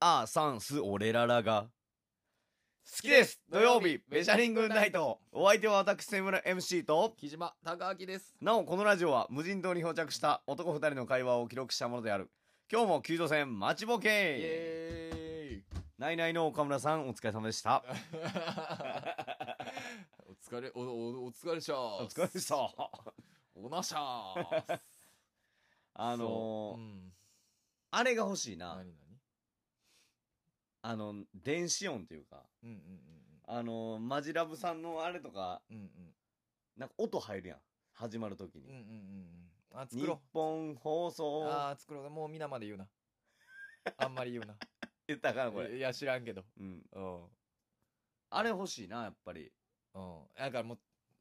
あーサンス俺ららが好きです土曜日メジャーリングナイトお相手は私セムラ MC と木島高明ですなおこのラジオは無人島に漂着した男二人の会話を記録したものである今日も救助船待ちぼイけエーイナイナイの岡村さんお疲れ様でした お疲れおおお疲れっしゃおお疲れでしたおなしゃーあそのーううんあれが欲しいな何何あの電子音というかうんうんあのーマジラブさんのあれとかうんうんなんか音入るやん始まるときうんうんうんうに、んうんあ作日ろ本放う送あー作ろうもう皆まで言うなあんまり言うな言ったら あかなこれいや知らんけどうんうんうんあれ欲しいなやっぱりだからもう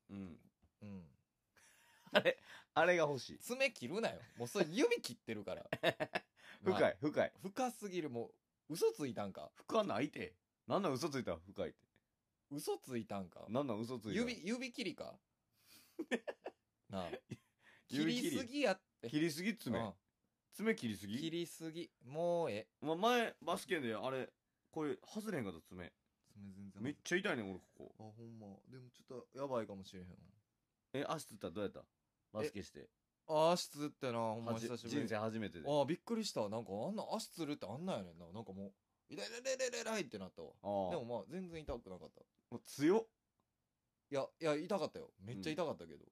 うんうんあれあれが欲しい爪切るなよもうそれ指切ってるから 深まあい深い深すぎるもう嘘ついたんか深ないてなんなん嘘ついたら深いって嘘ついたんかなんなん嘘ついたら指指切りか なあ 切指切りりすぎやって切りすぎ爪、うん爪切りす切ぎ、りすぎもうええま、前バスケであれこういう外れへんかった爪爪全然めっちゃ痛いねん俺ここあほんまでもちょっとやばいかもしれへんえ足つったらどうやったバスケしてあ足つってなほんまはじ久しぶり人生初めてでああびっくりしたなんかあんな足つるってあんなんやねんななんかもう「いらいらいらいらいらい」ってなったわあででもまあ全然痛くなかったも強っいやいや痛かったよめっちゃ痛かったけど、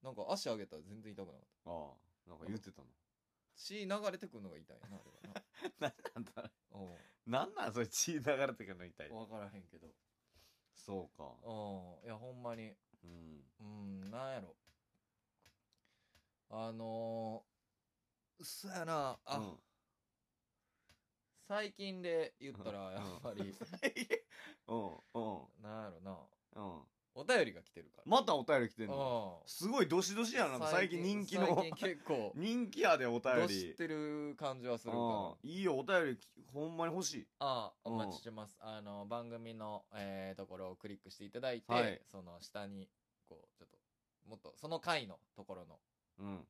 なんか足上げたら全然痛くなかったああなんか言ってたの血流れてくるのが痛いなあれは ななんなんだ おなんなんそれ血流れてくるの痛いう分からへんけどそうかうんいやほんまにうんうんなんやろあのー、そやなあ、うん最近で言ったうらんやっぱり、うんうんなんやろなうんお便りが来てるから、またお便り来てうんのすごいどしどしやななんか最近人気の最近結 構人気やでお便どりしてる感じはするからうんいいよお便りきほんまに欲しいああ、うんお待ちしてます。あの、番組の、えーところをクリックしていただいて、はいその下に、こう、ちょっと、もっと、その回のところの、うん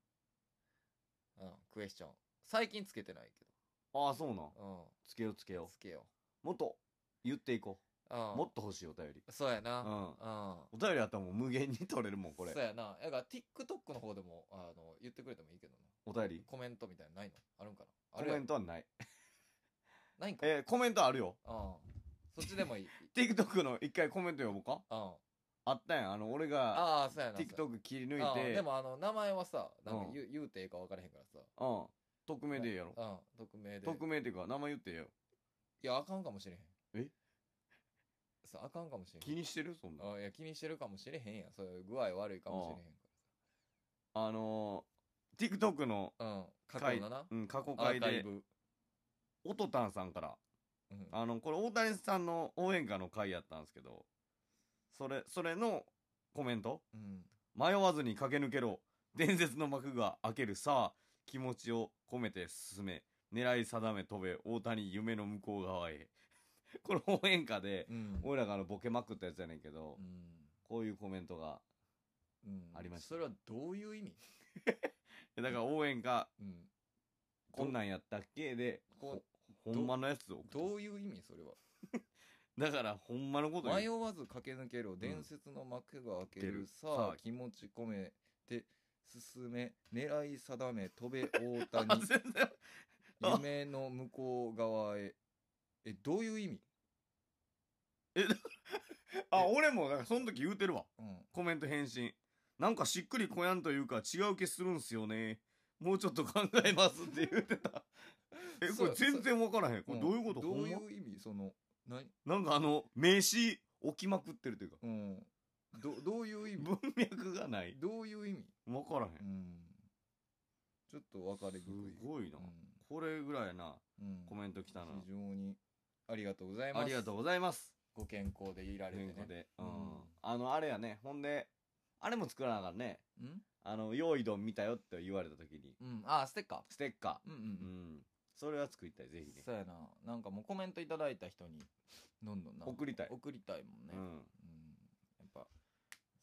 うん、クエスチョン。最近つけてないけああそうなんど、つけようつけうん、よつけようもっと言っていこう。うん、うもっと欲しいお便りそうやな。ううん。んお便りあったらもう無限に取れるもんこれそうやな。だから、TikTok の方でも、あの、言ってくれてもいいけどな。お便りコメントみたいなのないのあるんかなあコるやメろントはないないんかえーコメントあるようん。そっちでもいい。 TikTok の一回コメント読もうかうん。ああったやんあの俺があ、そうやな。そう TikTok 切り抜やないうんてでも、あの、名前はさ、なんかうん言う,、言うてええか分からへんからさ。うん匿名でええやろうん、匿名で。匿名っていうか名前言ってええよいや、あかんかもしれへん。えさあかんかもしれへ気ん。にしてるそんなあいや、気にしてるかもしれへんやん。そういう具合悪いかもしれへんかあのー TikTok のら。うん、過去のな。うん過去ア回ーカイでブ。おとたんさんからうん、あの、これ大谷さんの応援歌の回やったんですけど、それ、それのコメントうん。迷わずに駆け抜けろ。伝説の幕が開けるさあ、気持ちを込めて進め。狙い定め飛べ、大谷夢の向こう側へ。 この応援歌で、うん。俺らがあのボケまくったやつやねんけど、うんこういうコメントが。うんありましたそれはどういう意味だから応援歌、うん。こんなんやったっけで、こほんまのやつを送ってどういう意味それは。だから、ほんまのこと迷言うわず駆け抜けろ。伝説の幕が開け出るる。ささああ、気持ち込めて進め。狙い定め。飛べ大 あ、谷。全然。あ夢の向こう側へ。え、どういう意味あ、俺も、だからその時言うてるわ。うん。コメント返信。なんかしっくりこやんというか違う気するんすよね。もうちょっと考えますって言ってた。え、こそれう全然わからへん。これどういうこと、どういほんまう意味その何なんかあの、名詞置きまくってるというか、うんどどういう意味文脈がない。どういう意味わからへんう。んちょっと分かりにくいすごいな。うこれぐらいやな、んうんコメント来たな。非常にありがとうございますありがとうございます。ご健康でいられて変ね化で。うんうん。あの、あれやね。ほんで、あれも作らなあかんね。うんあの、用意どん見たよって言われた時に、うんあステッカステッカーうんうー。うんん。それは作りたい、ぜうんひね。そうやななんかもうコメントいただいた人にどんどんな送りたい送りたいもんねううんん。やっぱ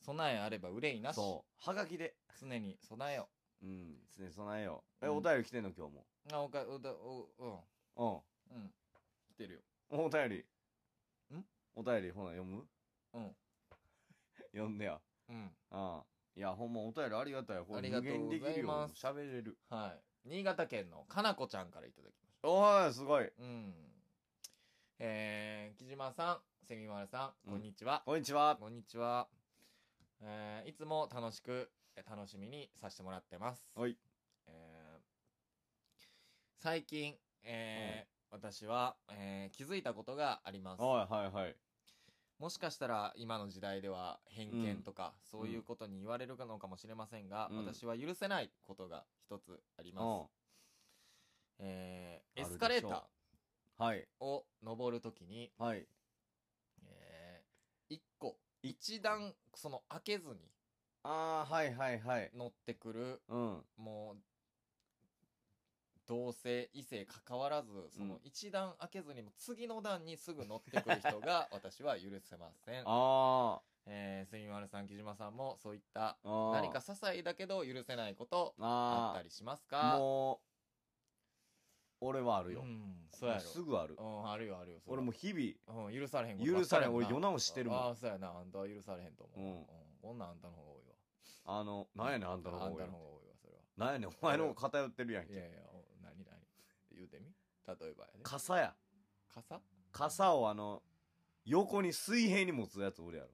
備えあれば憂いなしそう。はがきで。常に備えようん、常に備えよう。え、うんお便り来てんの今日うあおかおだおうんも。うん。来てるよお便り。んお便り、ほな、読む うん。読んでや。うんああ。いや、ほんまお便りありがたいよ。こあれり無がとう限ござでいきるよ。ます喋れる。はい新潟県のかなこちゃんからいただきましたおーい、すごい。うんえー、木島さんセミマルさんこんにちは、こんにちは。こんにちは、えーいつも楽しくえー楽しみにさせてもらってますはい。えー最近、えー私は、えー気づいたことがありますはい、はい、はい。もしかしたら今の時代では偏見とか、そういうことに言われるのかもしれませんが、うん私は許せないことが一つあります、うえあーるでエしょうスカレータん。はい。ーを登るときに、はい。えー一個一段その開けずにああ、はい、はい、はい。乗ってくるうん。もう同性異性関わらずその一段開けずにも次の段にすぐ乗ってくる人 が私は許せません、あえー、すみまるさん木島さんもそういったあ。ああ。何か些細だけど許せないことあったありしますあ。かもう、俺はあるよう。んそうやろすぐある。うんあるよあるよそれ俺もう日々、うん、許されへん許されんばっかり俺や世直ししてるもんああそうやなあんたは許されへんと思う、うんこんなんあんたの方が多いわあの、なんやねん、あんたの方あんたがの。方が多いわそれはなんやねん、お前の方が偏ってるやんいやけ。いやお何何言うてみ例えばやで傘や。傘傘をあの、横に水平に持つやつ俺や ろ。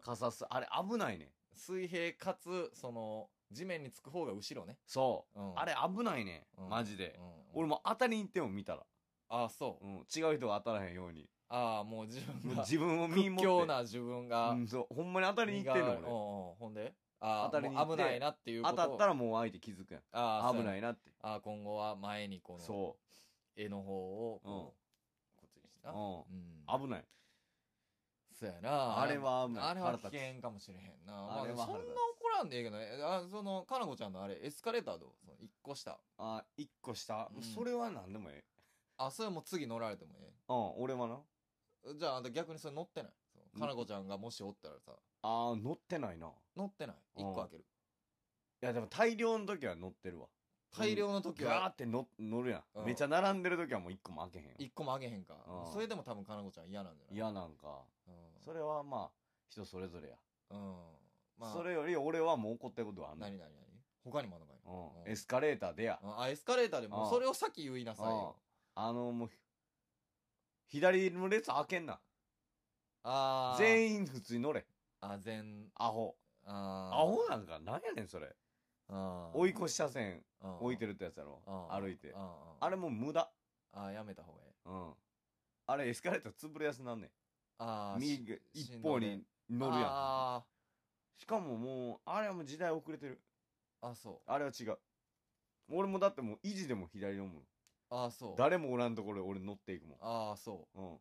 傘す、あれ危ないねん。水平かつその地面につく方が後ろね、そうう。んあれ危ないねうんん。マジでう。ん俺も当たりに行っても見たら。ああそう、うん。違う人が当たらへんよう に。ああもう自分もうが自分を身屈持強って。な自分が、うん、そう。ほんまに当たりに行ってん身がのうんうんほんでああ当たりに行ってもう危ないなっていうこ俺。当とたったららもう相手気づくやん。ああ危ないいなって。ああ今後は前にこのそ絵の方をこう、こっちにしてう。なううんん。危ない。そうやなあれは危ない。あれは腹危立つ険かもしれへんなあれはまあ、そん腹な立つ怒らんでいいけどねあそのかなこちゃんのあれエスカレーターどうその一個下あ、一個下うん。それは何でもええ。あそれもう次乗られてもえうん、俺はな。えじゃああんた逆にそれ乗ってないそのうんかなこちゃんがもしおったらさあー、乗ってないな。い乗ってない一個開けるや、でも大量の時は乗ってるわ。大量の時ガーはっての乗るやうんん。めちゃ並んでる時はもう一個も開けへんよ。一個も開けへんかうんそれでも多分かなこちゃん嫌なんじゃない嫌なんか。うんそれはまあ、人それぞれや。うんまあそれより俺はもう怒ったことはあんねん何何何他にもあんのかいうんうんエスカレーターでや。あエスカレーターでもうんそれを先言いなさいよあの、もう、左の列開けんな。ああ員全員普通に乗れ。あ全アホ。あアーホなんか、なんやねんそれ。あー追い越し車線うん置いてるってやつやろうん。歩いてうん。うんあれもう無駄。あーやめた方がいいうん。あれエスカレーター潰れやすなんねん。あーし右が一方に乗るやん。あしかももう、あれはもう時代遅れてる。ーあそうあれは違う。俺もだってもう維持でも左のもん。あーそう誰もおらんところで俺乗っていくもん。ああそうん。う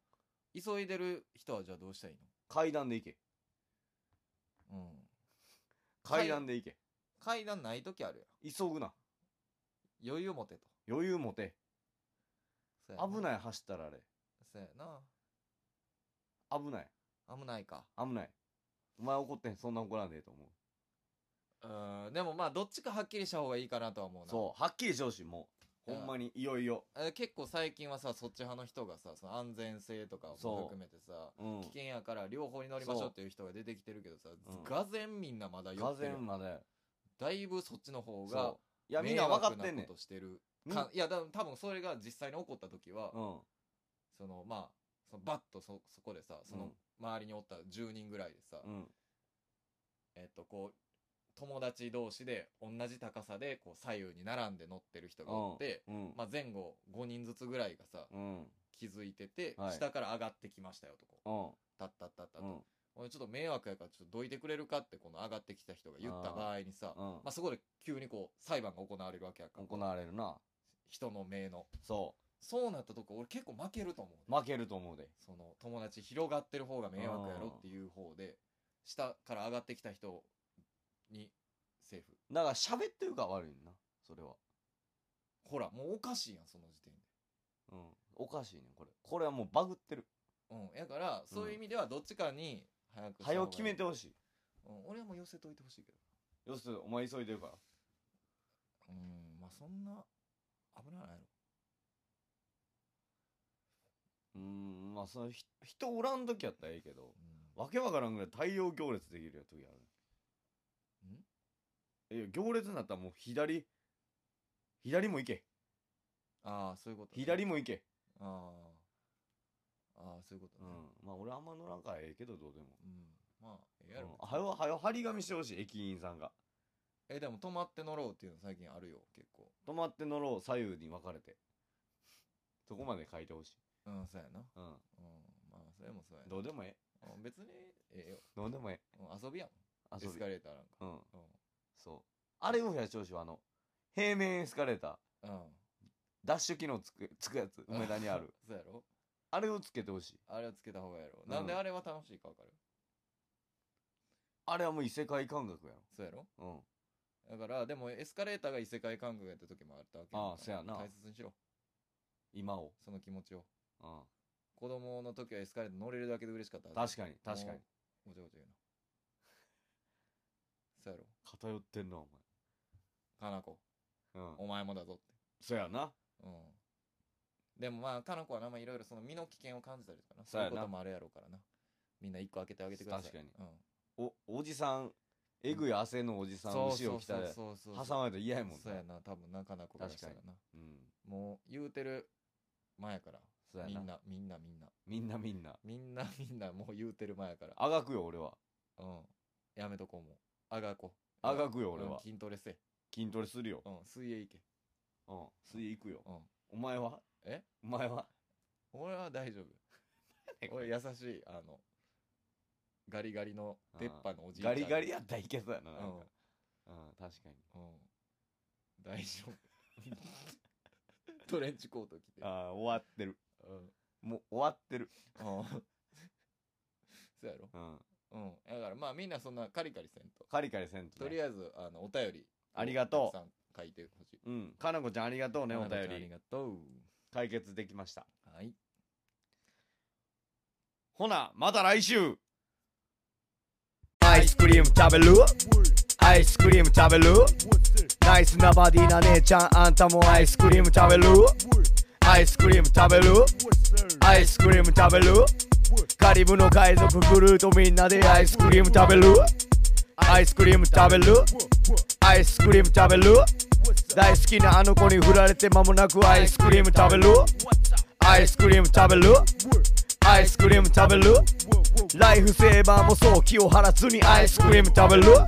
急いでる人はじゃあどうしたらいい階段で行け。のうん階段で行け。階段ない時ある急ぐな。やん余裕持てと余裕持て。そうや危ない走ったらあれ。そうやな危ない。危ないか危ない。お前怒ってん。そんな怒らんでええと思う。うんでもまあどっちかはっきりした方がいいかなとは思うなそう。はっきりしてほしい。もう。うんほんまに、いよいよ。え結構最近はさそっち派の人がさその安全性とかそうも含めてさうん危。険やから両方に乗りましょうっていう人が出てきてるけどさうんがぜんみんなまだ寄がってぜるんまで。だいぶそっちの方がそう。いや、みんな分かってんね迷惑なこんとしてる。みんかいやだ多分それが実際に起こった時は、うん。そのまあそのバッとそそこでさそうのん周りにおった10人ぐらいでさ、うん。えっとこう友達同士で同じ高さでこう左右に並んで乗ってる人がおって、うん。まあ、前後5人ずつぐらいがさうん。気づいてて、はい下から上がってきましたよとこううん。タッタッタッタッうと、ん。おいちょっと迷惑やからちょっとどいてくれるかってこの上がってきた人が言った場合にさうんまあ、そこで急にこう裁判が行われるわけやから行われるな。人の名のそそうなったとこ俺結構負けると思うう。負けると思うで。その友達広がってる方が迷惑やろっていう方で下から上がってきた人にセーフだから喋ってるから悪いんな。それは。ほらもうおかしいやんその時点でうん。おかしいねん、これ。これはもうバグってる。うんやからそういう意味ではどっちかに早く早う決めてうんほしい。俺はもう寄せといてほしいけど要するに、お前急いでるから。うんまあそんな危ないやろうーんまあそのひ人おらん時やったらええけどうんわけわからんぐらい大量行列できるよ時あるいや行列になったらもう左左も行けああそういうことね、左も行けああああそういうことうねんまあ俺あんま乗らんからええけどどうでもうん、まあええやろ、うんはよはよ張り紙してほしい駅員さんがえでも泊まって乗ろうっていうの最近あるよ結構止まって乗ろう左右に分かれてそこまで書いてほしいうんそうやなうんうんまあそれもそうやなどうでもええうん別にええよどうでもえうん遊びやんえエ遊スびカレーターなんかうんうんそうあれを増やしてほしいわあの平面エスカレーターうんダッシュ機能つくつくやつ梅田にある そうやろあれをつけてほしいあれをつけた方がやろ、うんなんであれは楽しいかわかるあれはもう異世界感覚やそうやろろだからでもエスカレーターが異世界感覚やった時もあったわけからああそうやな大切にしろうん今を、その気持ちをう子供の時はエスカレーター乗れるだけで嬉しかったん、はず確かに確かにごちゃごちゃ言うな そうやろ偏ってんなおかなこ前うんお前もだぞってそやなうんでもまあかなこはなまあいろいろその身の危険を感じたりとかなそそううやいなうこともあるやろうからなみんな一個開けてあげてください確かにうん、おおじさんえぐい汗のおじさんそう後そろう来たそうらそうそう挟まれたら嫌やもんそうやな多分なかなこからしたらなうんもう言うてる前やからそうやみなんなみんなみんなみんなみんなみんなみんなもう言うてる前やからあがくよ俺はうんやめとこうもうあがこあがくよ俺うんは筋トレせ筋トレするようん水泳行けうん水泳行くようんお前はえお前は俺は 大丈夫俺優しいあのガリガリのうん出っ歯のおじいちゃガんリガリやったらいけそうやなうなんんかうん確かにうん大丈夫 トレンチコート着てああ終わってるうんうんもう終わってる そうやろうんうんだからまあみんなそんなカリカリせんとカリカリせんととねりあえずあのお便りありがとたくさん書いてほしいううんかなこちゃんありがとうねおななちゃんあ便りりがとう解決できましたはいほなまた来週アイスクリーム食べるアイスクリーム食べるナイスなバディな姉ちゃんあんたもアイスクリーム食べるアイスクリーム食べるアイスクリーム食べるカリブの海賊クルーとみんなでアイスクリーム食べるアイスクリーム食べるアイスクリーム食べる大好きなあの子に振られて間もなくアイスクリーム食べるアイスクリーム食べるアイスクリーム食べるライフセーバーもそう気を張らずにアイスクリーム食べる